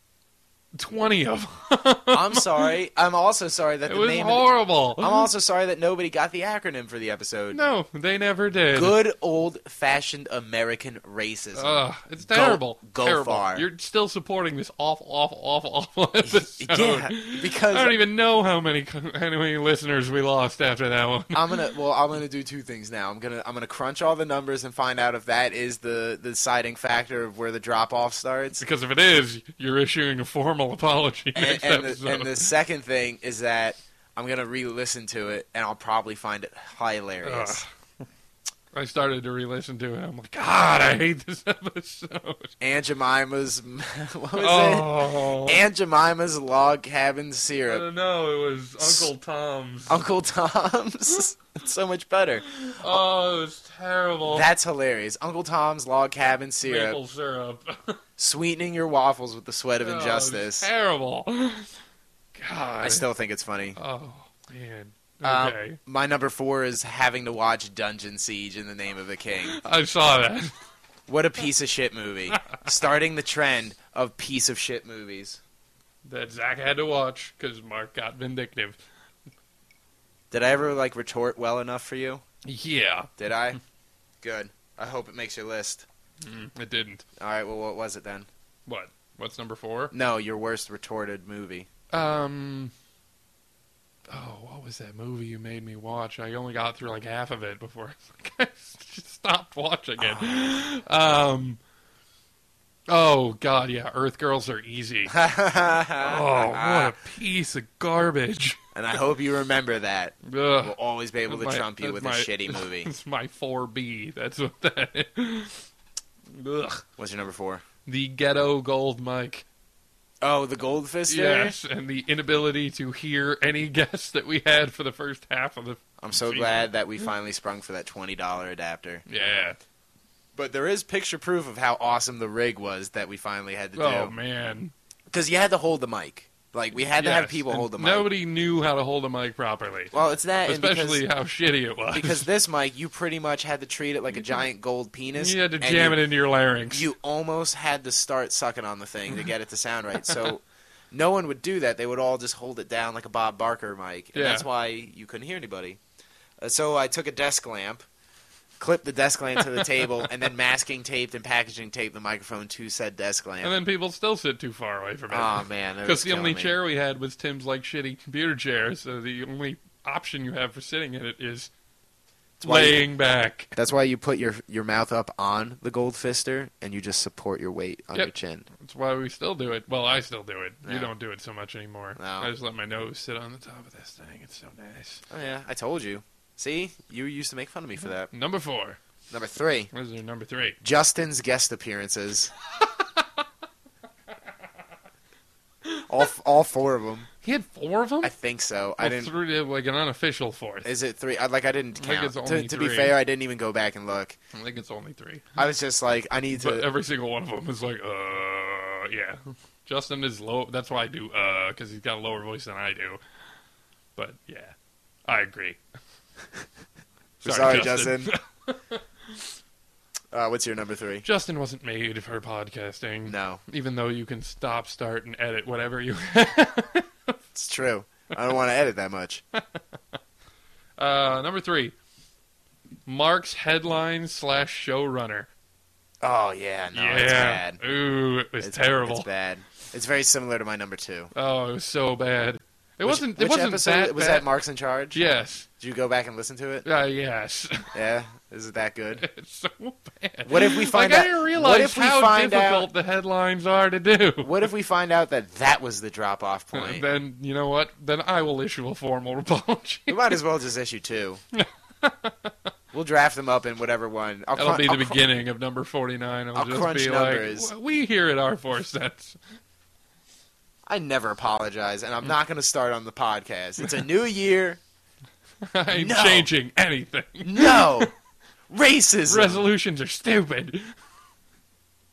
twenty of them.
I'm sorry. I'm also sorry that
it
the
was
name. Of
horrible.
the, I'm also sorry that nobody got the acronym for the episode.
no, they never did.
Good old fashioned American racism.
Ugh, it's terrible.
go
terrible.
far.
You're still supporting this awful, awful, awful, awful episode.
yeah,
I
because
don't even know how many how many listeners we lost after that one.
I'm gonna well, I'm gonna do two things now. I'm gonna I'm gonna crunch all the numbers and find out if that is the the deciding factor of where the drop off starts.
Because if it is, you're issuing a formal apology
and,
next
and, the,
episode.
and the second thing is that I'm gonna re-listen to it, and I'll probably find it hilarious.
I started to re-listen to it. I'm like, God, I hate this episode.
Aunt Jemima's what was
oh,
it? Aunt Jemima's log cabin
I
syrup.
don't know. It was Uncle Tom's.
Uncle Tom's. it's so much better.
oh, it was terrible.
That's hilarious. Uncle Tom's log cabin syrup,
maple syrup.
sweetening your waffles with the sweat of
Oh, it was
injustice.
terrible. God.
I still think it's funny.
Oh man.
Um,
Okay.
my number four is having to watch Dungeon Siege in the Name of the King.
I saw that.
What a piece of shit movie. Starting the trend of piece of shit movies.
That Zach had to watch because Mark got vindictive.
Did I ever like retort well enough for you?
Yeah,
Did I? Good. I hope it makes your list.
Mm, it didn't.
All right. Well, what was it then?
What? What's number four?
No, your worst retorted movie.
Um. Oh, what was that movie you made me watch? I only got through like half of it before I just stopped watching it. um. Oh God, yeah, Earth Girls are easy.
oh,
Oh, what a piece of garbage!
Ah, And I hope you remember that. We'll
Ugh.
always be able to
My-
trump you
that's
with
my-
a shitty movie.
It's my 4B. That's what that is. Ugh.
What's your number four?
The ghetto gold mic.
Oh, the Goldfish.
Yes, and the inability to hear any guests that we had for the first half of the.
I'm so
Jeez.
glad that we finally sprung for that twenty dollar adapter.
Yeah.
But there is picture proof of how awesome the rig was that we finally had to
Oh
do.
man.
Because you had to hold the mic. Like we had to have
Yes,
people
and
hold the mic.
Nobody knew how to hold a mic properly,
Well, it's that, and
especially
because,
how shitty it was.
because this mic, you pretty much had to treat it like a giant gold penis.
you had to
and
jam
you,
it into your larynx.
You almost had to start sucking on the thing to get it to sound right. So. No one would do that. They would all just hold it down like a Bob Barker mic, and
Yeah.
that's why you couldn't hear anybody. Uh, so I took a desk lamp, clipped the desk lamp to the table, and then masking taped and packaging taped the microphone to said desk lamp.
and then people still sit too far away from it.
Oh man, that was
Because the only
killing me.
chair we had was Tim's like shitty computer chair, so the only option you have for sitting in it is
why you-
laying back.
That's why you put your your mouth up on the gold fister and you just support your weight on
Yep.
your chin.
That's why we still do it. Well, I still do it.
Yeah.
You don't do it so much anymore.
No.
I just let my nose sit on the top of this thing. It's so nice.
Oh yeah, I told you. See, you used to make fun of me for that.
Number four.
Number three,
What is your number three?
Justin's guest appearances. all f- all four of them.
He had four of them.
I think so. I
Well,
didn't.
threw it like an unofficial fourth.
Is it three? I, like I didn't
I think
count.
it's
to,
only
to be
three.
fair, I didn't even go back and look.
I think it's only three.
I was just like, I need
But uh,
to.
every single one of them is like, uh, yeah. Justin is low. That's why I do uh, because he's got a lower voice than I do. But yeah, I agree.
Sorry, Justin. Uh, what's your number three?
Justin wasn't made for podcasting.
No,
Even though you can stop, start, and edit whatever you.
it's true. I don't want to edit that much.
uh, number three, Mark's headline slash showrunner.
Oh yeah, no,
yeah.
it's bad.
Ooh, it was
It's
terrible.
It's bad. It's very similar to my number two.
Oh, it was so bad. It wasn't. It
which
wasn't
episode
that
was
bad.
that Marks in Charge?
Yes.
Did you go back and listen to it?
Uh, yes.
Yeah. Is it that good?
it's so bad.
What if we find
like,
out-
I didn't
what
realize
if we
how
find
difficult
out-
the headlines are to do.
What if we find out that that was the drop off point?
Then you know what? Then I will issue a formal apology.
we might as well just issue two. we'll draft them up in whatever one. I'll
That'll
crun-
be the
I'll cr-
beginning of number forty-nine. It'll
I'll
just
crunch
be
numbers.
like "Well, we here at our four cents.
I never apologize, and
Mm.
I'm not going to start on the podcast. It's a new year.
I ain't
No.
changing anything.
No racism.
Resolutions are stupid.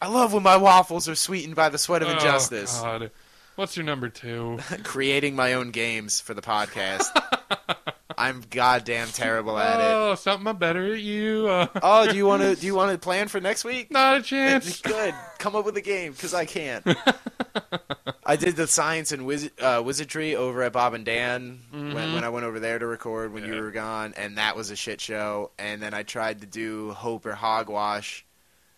I love when my waffles are sweetened by the sweat of
Oh,
injustice.
God. What's your number two?
creating my own games for the podcast. I'm goddamn terrible at it.
Oh, something I'm better at you. Uh,
Oh, do you want to do you want to plan for next week?
not a chance.
Good. Come up with a game because I can't. I did the science and wiz- uh, wizardry over at Bob and Dan when, when I went over there to record when you
Mm-hmm. Yeah.
were gone, and that was a shit show. And then I tried to do hope or hogwash,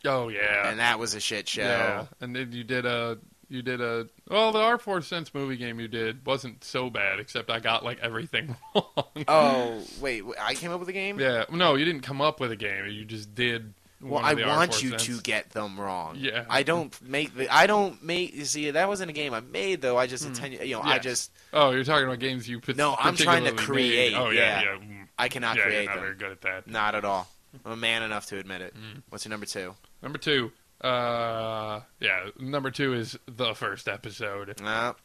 Oh yeah.
and that was a shit show.
Yeah, and then you did a you did a well the R four cents movie game you did wasn't so bad except I got like everything wrong.
Oh wait, w- I came up with a game.
yeah, no, you didn't come up with a game. You just did.
Well,
one
I
of the
want
R4
you
cents.
to get them wrong.
Yeah.
I don't make the. I don't make. You see, that wasn't a game I made though. I just attend. You know, I
Hmm. Yes.
just.
Oh, you're talking about games you. put-
No, I'm trying to
particularly
create,
made. Oh yeah,
yeah.
yeah. mm,
I cannot
yeah,
create
you're not
them.
very good at that.
Not at all. I'm a man enough to admit it.
Mm.
What's your number two?
Number two. Uh, yeah. Number two is the first episode.
No.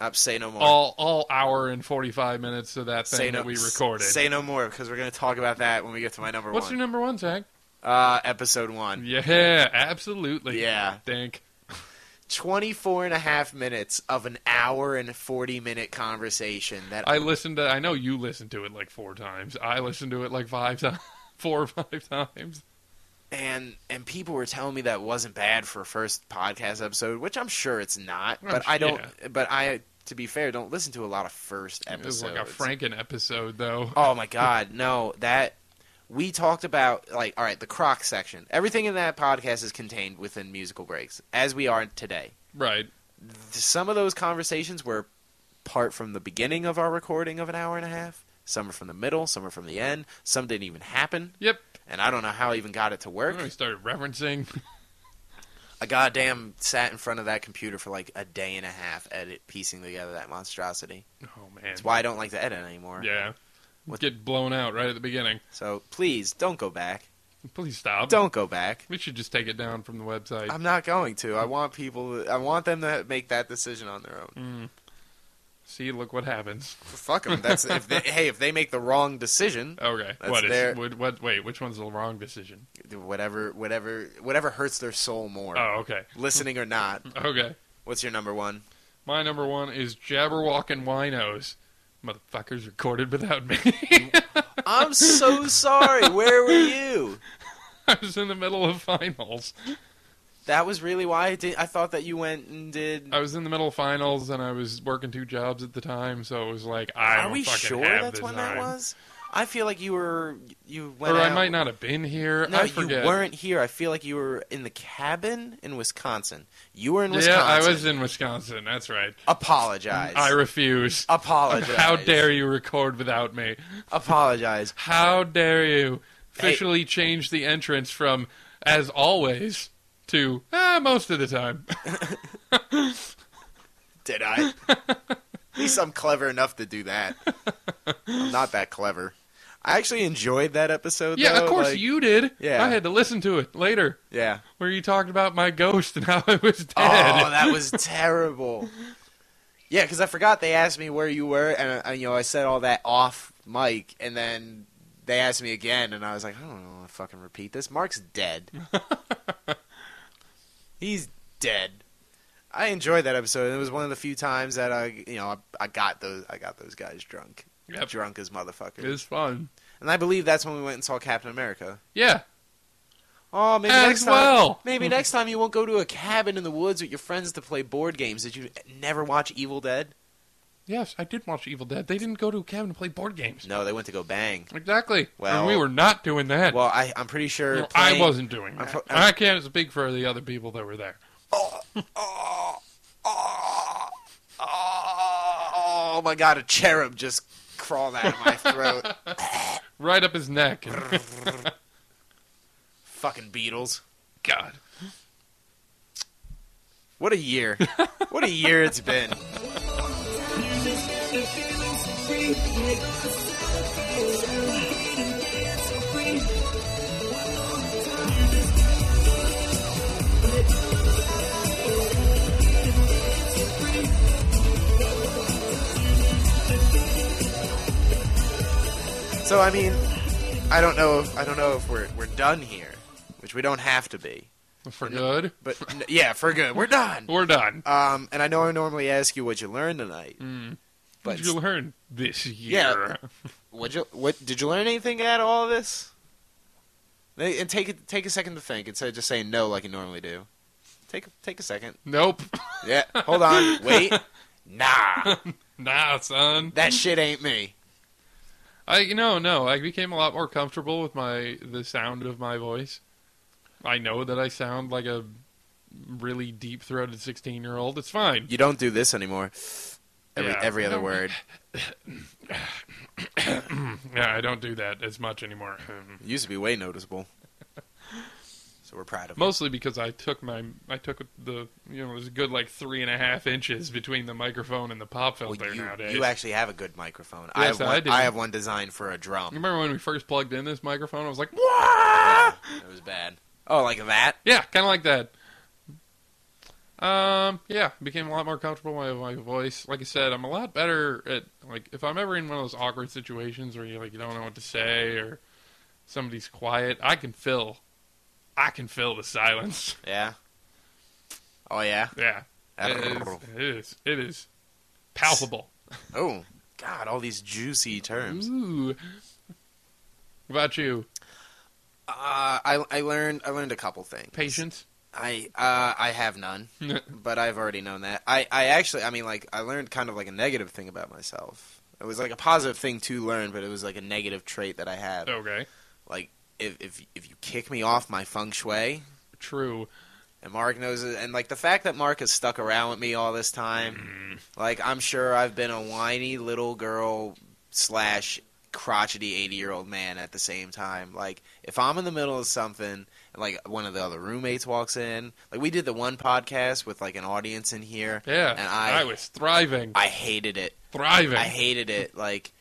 Up, say no more.
All all hour and forty five minutes of that thing
say
that
no.
we recorded.
Say no more because we're gonna talk about that when we get to my number
What's
one.
your number one, Zach?
uh, episode one.
Yeah, absolutely.
Yeah.
Think.
24 and a half minutes of an hour and 40 minute conversation that
I listened to. I know you listened to it like four times. I listened to it like five times, four or five times.
and and people were telling me that wasn't bad for a first podcast episode, which I'm sure it's not.
I'm
But
sure-
I don't.
yeah.
But I to be fair, don't listen to a lot of first
It
episodes.
was like a Franken episode, though.
Oh my god, no, that we talked about like all right, the croc section. Everything in that podcast is contained within musical breaks, as we are today.
Right.
Some of those conversations were part from the beginning of our recording of an hour and a half. Some are from the middle, some are from the end, some didn't even happen,
Yep.
and I don't know how I even got it to work.
We started referencing.
I goddamn sat in front of that computer for like a day and a half edit piecing together that monstrosity.
Oh man.
That's why I don't like to edit anymore.
Yeah.
What-
Get blown out right at the beginning.
So please don't go back.
Please stop.
Don't go back.
We should just take it down from the website.
I'm not going to. I want people. I want them to make that decision on their own.
Mm. See, look what happens.
Fuck them. That's if they, hey, if they make the wrong decision,
Okay.
That's
what is
their-
what, what? Wait, which one's the wrong decision?
whatever, whatever, whatever hurts their soul more,
Oh, okay.
listening or not.
Okay.
What's your number one?
My number one is Jabberwockin' Winos. Motherfuckers recorded without me.
I'm so sorry. Where were you?
I was in the middle of finals.
That was really why I did. I thought that you went and did.
I was in the middle of finals, and I was working two jobs at the time, so it was like I
Are
don't
we
fucking
sure
have
that's
the
when that
time.
was? I feel like you were. You went.
Or I
out-
might not have been here.
No,
I forget.
you weren't here. I feel like you were in the cabin in Wisconsin. You were in Wisconsin.
Yeah, I was in Wisconsin. That's right.
Apologize.
I refuse.
Apologize.
How dare you record without me?
Apologize.
How dare you
Hey.
officially change the entrance from as always to ah, most of the time?
Did I? At least I'm clever enough to do that. I'm not that clever. I actually enjoyed that episode.
yeah,
though,
of course
like-
you did.
Yeah.
I had to listen to it later
Yeah.
where you talked about my ghost and how it was dead.
Oh, that was terrible. Yeah, because I forgot they asked me where you were, and uh, you know I said all that off mic, and then they asked me again, and I was like, I don't know, to fucking repeat this. Mark's dead. He's dead. I enjoyed that episode. It was one of the few times that I, you know, I, I got those, I got those guys drunk,
Yep.
drunk as motherfuckers.
It was fun.
and I believe that's when we went and saw Captain America.
Yeah.
Oh, maybe
As
next time.
well. Hmm.
Maybe next time you won't go to a cabin in the woods with your friends to play board games. Did you never watch Evil Dead?
Yes, I did watch Evil Dead. They didn't go to a cabin to play board games.
No, they went to go bang.
Exactly.
Well-
and we were not doing that.
Well, I, I'm pretty sure.
No, I
playing-
wasn't doing
I'm
that.
pro- I'm-
I can't speak for the other people that were there.
Oh my god, a cherub just crawled out of my throat.
Right up his neck. and-
Fucking Beatles.
God.
What a year. What a year it's been. So I mean, I don't know. I don't know if we're we're done here, which we don't have to be.
For good.
But n- yeah, for good, we're done.
We're done.
Um, and I know I normally ask you what you learned tonight,
What
Uh, but
did Mm-hmm. you learn this year?
what you what did you learn anything out of all this? They- And take a, take a second to think instead of just saying no like you normally do. Take a- take a second.
Nope.
Yeah, hold on, wait. Nah,
Nah, son.
that shit ain't me.
I you know, no. I became a lot more comfortable with my the sound of my voice. I know that I sound like a really deep throated sixteen year old. It's fine.
You don't do this anymore. Every
Yeah.
every other
No.
word.
Yeah, I don't do that as much anymore. Hmm.
It used to be way noticeable. So we're proud of you.
Mostly because I took my I took the you know there's a good like three and a half inches between the microphone and the pop
Well,
filter
you,
nowadays.
you actually have a good microphone. I
Yes,
have one,
I do.
I have one designed for a drum.
Remember when we first plugged in this microphone? I was like,
Yeah,
"Wah!"
it was bad. Oh, like that?
Yeah, kind of like that. Um, yeah, became a lot more comfortable with my voice. Like I said, I'm a lot better at like if I'm ever in one of those awkward situations where you like you don't know what to say or somebody's quiet, I can fill, I can fill the silence.
Yeah. Oh yeah.
Yeah, it is, it is, it is palpable.
Oh God, all these juicy terms.
Ooh. What about you?
Uh, I I learned I learned a couple things.
Patience.
I uh, I have none, but I've already known that. I, I actually, I mean, like I learned kind of like a negative thing about myself. It was like a positive thing to learn, but it was like a negative trait that I have.
okay.
Like if if if you kick me off my feng shui,
True.
and Mark knows it, and like the fact that Mark has stuck around with me all this time, like I'm sure I've been a whiny little girl slash crotchety 80 year old man at the same time. Like if I'm in the middle of something, and like one of the other roommates walks in, like we did the one podcast with like an audience in here,
Yeah.
and I I,
was thriving.
hated it.
thriving.
I hated it. Like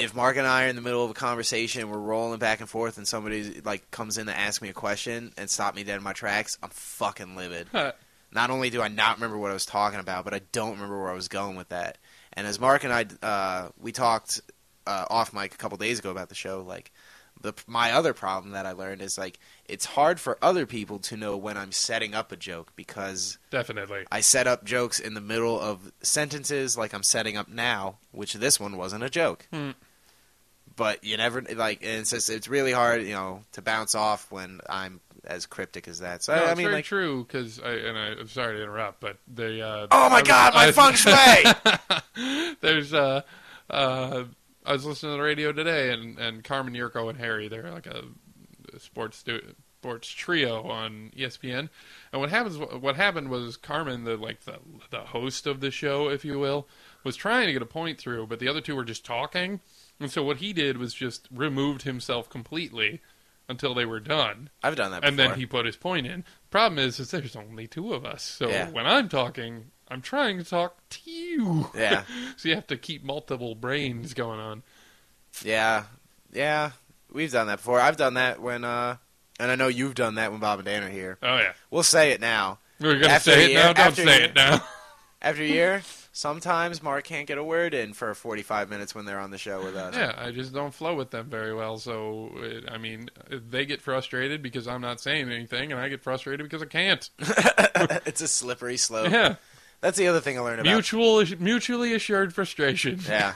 if Mark and I are in the middle of a conversation, we're rolling back and forth, and somebody like comes in to ask me a question and stop me dead in my tracks, I'm fucking livid. Not only do I not remember what I was talking about, but I don't remember where I was going with that. And as Mark and I, uh, we talked uh, off mic a couple days ago about the show. Like the my other problem that I learned is like it's hard for other people to know when I'm setting up a joke because
Definitely.
I set up jokes in the middle of sentences like I'm setting up now, which this one wasn't a joke.
Hmm.
But you never like and it's just, it's really hard, you know, to bounce off when I'm as cryptic as that. So
No,
I, I
it's
mean
very
like
true because I and I, I'm sorry to interrupt, but they. Uh,
Oh my
I was-
god, my
I-
feng shui.
There's uh, uh, I was listening to the radio today, and and Carmen Yurko and Harry, they're like a sports stu- sports trio on E ESPN. And what happens? What happened was Carmen, the like the the host of the show, if you will, was trying to get a point through, but the other two were just talking. And so what he did was just removed himself completely until they were done
I've done that before.
and then he put his point in. Problem is, is there's only two of us, so
Yeah.
when I'm talking, I'm trying to talk to you.
Yeah.
so you have to keep multiple brains going on.
Yeah. Yeah. We've done that before. I've done that when uh and I know you've done that when Bob and Dan are here.
Oh yeah,
We'll say it now.
we're gonna
After
say it
you-
now. Don't
after
say
you-
it now.
After a year, sometimes Mark can't get a word in for 45 minutes when they're on the show with us.
yeah, I just don't flow with them very well. So it, I mean, they get frustrated because I'm not saying anything, and I get frustrated because I can't.
it's a slippery slope.
yeah,
That's the other thing I learned about.
mutual, mutually assured frustration.
Yeah.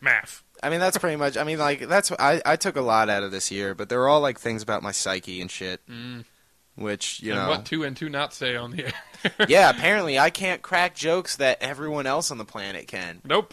math.
I mean, that's pretty much. I mean, like that's I I took a lot out of this year, but they're all like things about my psyche and shit,
Mm.
which you
and
know.
what two and two not say on the air.
yeah, apparently I can't crack jokes that everyone else on the planet can.
Nope.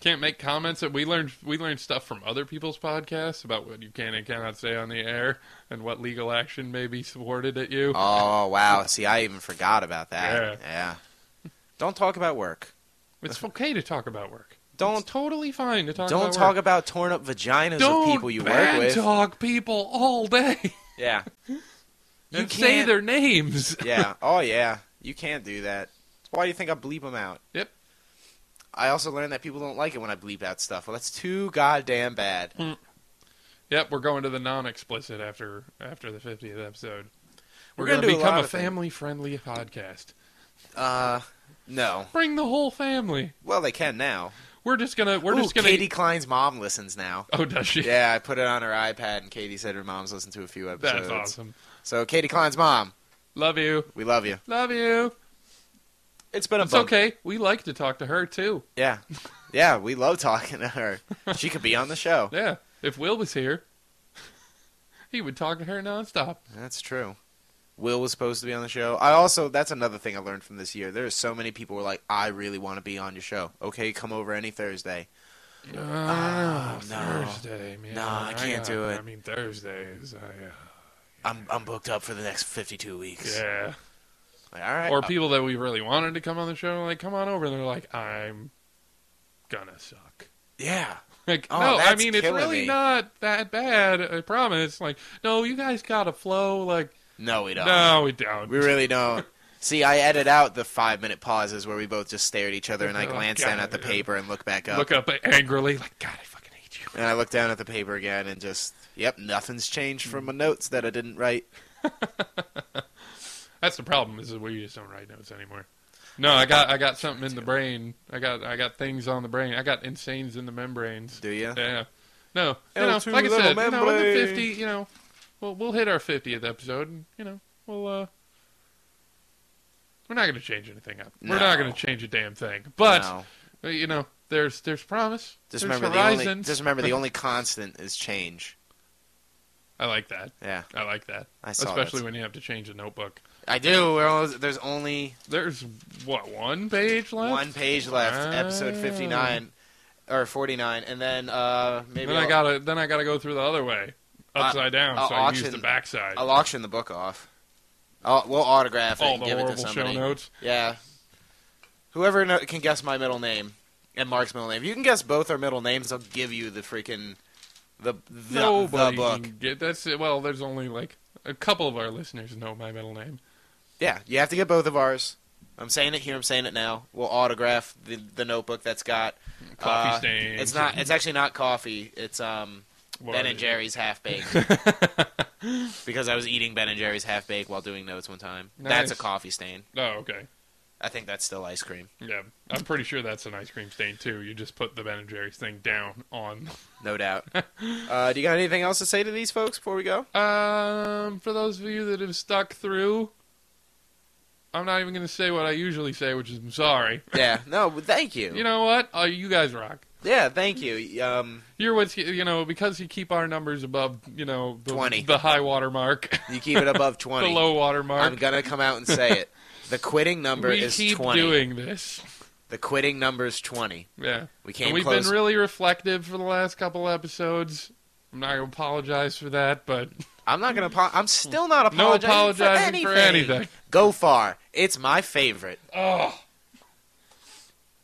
Can't make comments. We learned we learned stuff from other people's podcasts about what you can and cannot say on the air and what legal action may be thwarted at you.
Oh wow! See, I even forgot about that.
Yeah.
Yeah. Don't talk about work.
It's okay to talk about work.
Don't-
It's totally fine to talk.
Don't
about
talk
Work.
about torn up vaginas
Don't
of people you work
bad
with.
talk people all day
Yeah. You
and say
can't-
their names.
yeah. Oh yeah. You can't do that. Why do you think I bleep them out?
Yep.
I also learned that people don't like it when I bleep out stuff. Well, that's too goddamn bad.
Yep, we're going to the non-explicit after after the 50th episode.
We're
We're,
gonna
gonna
do a
become
lot
a,
of things.
family-friendly podcast.
Uh, no.
Bring the whole family.
Well, they can now.
We're just gonna we're
Ooh,
just gonna
Katie Klein's mom listens now.
Oh, does she?
Yeah, I put it on her iPad, and Katie said her mom's listened to a few
That's
episodes.
awesome.
So, Katie Klein's mom,
Love you.
we love you.
Love you.
It's been a
It's
bug-
okay. We like to talk to her too.
Yeah, yeah, we love talking to her. She could be on the show.
Yeah. If Will was here, he would talk to her nonstop.
That's true. Will was supposed to be on the show. I also that's another thing I learned from this year. There are so many people who are like, I really want to be on your show. Okay, come over any Thursday.
Oh,
Ah, no.
Thursday, man.
No, I can't
got-
do it.
I mean, Thursdays. I,
I'm I'm booked up for the next fifty two weeks.
uh, yeah.
Like, all right.
Or
uh,
people that we really wanted to come on the show, like, come on over. And they're like, I'm gonna suck.
yeah.
Like,
Oh,
no, I
that's
mean, it's
killing
really
me.
not that bad. I promise. Like, no, you guys gotta flow. Like,
No, we
no,
don't.
we don't.
We really don't. See, I edit out the five minute pauses where we both just stare at each other, and I
Oh,
glance
God.
down at the paper and look back up,
look up angrily. Like, God, I fucking hate you.
and I look down at the paper again, and just yep, nothing's changed from my notes that I didn't write.
That's the problem. Is that we just don't write notes anymore. No, I got I got something in the brain. I got I got things on the brain. I got insanes in the membranes.
Do you?
Yeah. No, you
Oh,
know,
two
like I
little
said, you know, in the
membranes.
fifty, you know, we'll we'll hit our fiftieth episode, and you know, we'll uh, we're not going to change anything up. We're not
No.
going to change a damn thing. But
no.
uh, you know, there's there's promise.
just
there's
remember the
horizons.
only just remember the only constant is change.
I like that.
Yeah,
I like that.
I saw
Especially
that.
when you have to change a notebook.
I do. We're almost, there's only
There's what one page left.
one page left, episode
Ah.
59 or 49, and then uh, maybe
Then
I'll,
I gotta then I gotta go through the other way, upside down.
I'll
so I use
auction-
the backside.
I'll auction the book off. I'll, we'll autograph it
All
and
the
give it
horrible
to somebody.
show notes.
Yeah. Whoever kno- can guess my middle name and Mark's middle name, if you can guess both our middle names, I'll give you the freaking the the, the
Nobody
book.
can get that's it. Well, there's only like a couple of our listeners know my middle name.
Yeah, you have to get both of ours. I'm saying it here. I'm saying it now. We'll autograph the the notebook that's got
Coffee
uh,
stains.
It's not. It's actually not coffee. It's um
What
Ben
are
and
they?
Jerry's half baked because I was eating Ben and Jerry's half baked while doing notes one time. That's a
Nice.
coffee stain.
oh, okay.
I think that's still ice cream.
Yeah, I'm pretty sure that's an ice cream stain too. You just put the Ben and Jerry's thing down on.
No doubt. uh, do you got anything else to say to these folks before we go?
Um, for those of you that have stuck through, I'm not even going to say what I usually say, which is I'm sorry.
Yeah. No. but Thank you.
You know what? Uh, you guys rock.
Yeah. Thank you. Um,
You're what's you know because you keep our numbers above you know the,
20.
the high water mark,
you keep it above
the
twenty.
low water mark.
I'm gonna come out and say it. The quitting number
we
is
keep
twenty.
doing this.
The quitting number is twenty.
Yeah,
We came
and we've
close.
been really reflective for the last couple episodes. I'm not going to apologize for that, but
I'm not gonna. Apo- I'm still not
no
apologizing,
apologizing for anything.
Go far. It's my favorite.
Oh,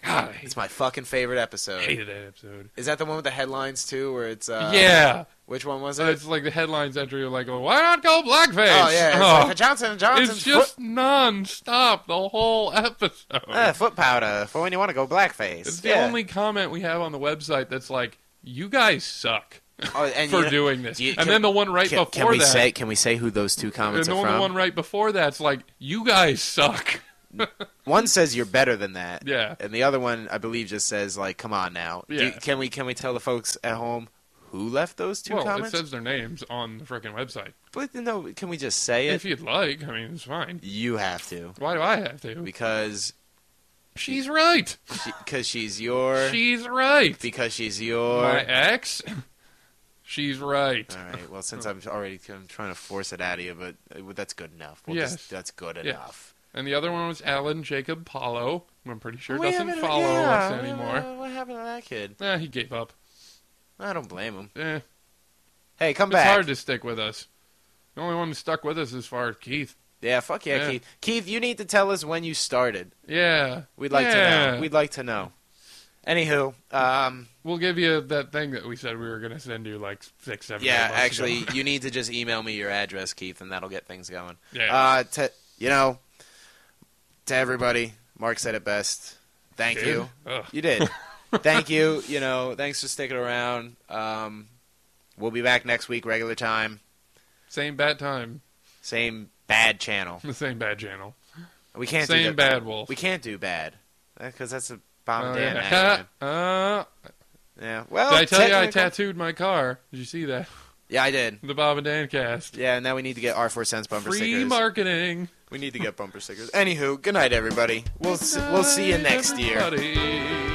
God, I
It's my fucking favorite episode.
hated that episode.
Is that the one with the headlines too, where it's uh,
yeah,
Which one was
So
it?
it's like the headlines entry, like, well, why not go blackface?
Oh yeah, it's
Oh,
like the Johnson and Johnson.
it's just non-stop the whole episode.
foot, uh, foot powder for when you want to go blackface.
it's the
Yeah.
only comment we have on the website that's like, "You guys suck
Oh, and
for
you-
doing this,"
you-
and
can-
then the one right
can,
before
can we
that,
say can we say who those two
and
comments
the
are
one, the
from?
one right before that's like, "You guys suck."
One says you're better than that.
Yeah.
And the other one, I believe, just says like, "Come on now." Do-
Yeah.
can we can we tell the folks at home who left those two
well,
comments?
it says their names on the freaking website.
but no, can we just say it?
If you'd like, I mean, it's fine.
you have to
Why do I have to?
because
She's right.
because she's your
She's right.
because she's your.
My ex. She's right.
All right. Well, since I'm already I'm trying to force it out of you, but uh, that's good enough. Well,
Yes.
just, that's good
Yeah.
enough.
And the other one was Alan Jacob Paulo. who I'm pretty sure
We
doesn't
haven't-
follow
yeah,
us
we haven't-
anymore.
What happened to that kid?
Eh, he gave up.
I don't blame him.
Eh,
Hey, come
it's
back.
hard to stick with us. The only one who stuck with us is far as Keith.
Yeah, fuck yeah,
Yeah.
Keith. Keith, you need to tell us when you started.
Yeah.
We'd like to
Yeah.
know. We'd like to know. Anywho, um,
We'll give you that thing that we said we were going to send you like six, seven
yeah,
eight months
actually,
ago.
you need to just email me your address, Keith, and that'll get things going.
Yeah.
Uh, to, you know, to everybody, Mark said it best. Thank
Dude.
you.
Ugh.
You did. Thank you. You know, thanks for sticking around. Um, we'll be back next week, regular time,
Same bad time,
same bad channel.
the same bad channel.
We can't do that.
same bad wolf.
We can't do bad because that's a
Oh,
bomb Dan
yeah.
acronym.
uh,
Yeah. Well,
did I tell you I
Oh, technical-
tattooed my car? Did you see that?
Yeah, I did.
The Bob and Dan cast.
Yeah, now we need to get our four cents bumper
Free
stickers.
marketing.
We need to get bumper stickers. Anywho, good night, everybody. We'll s- we'll see you next year.
Everybody.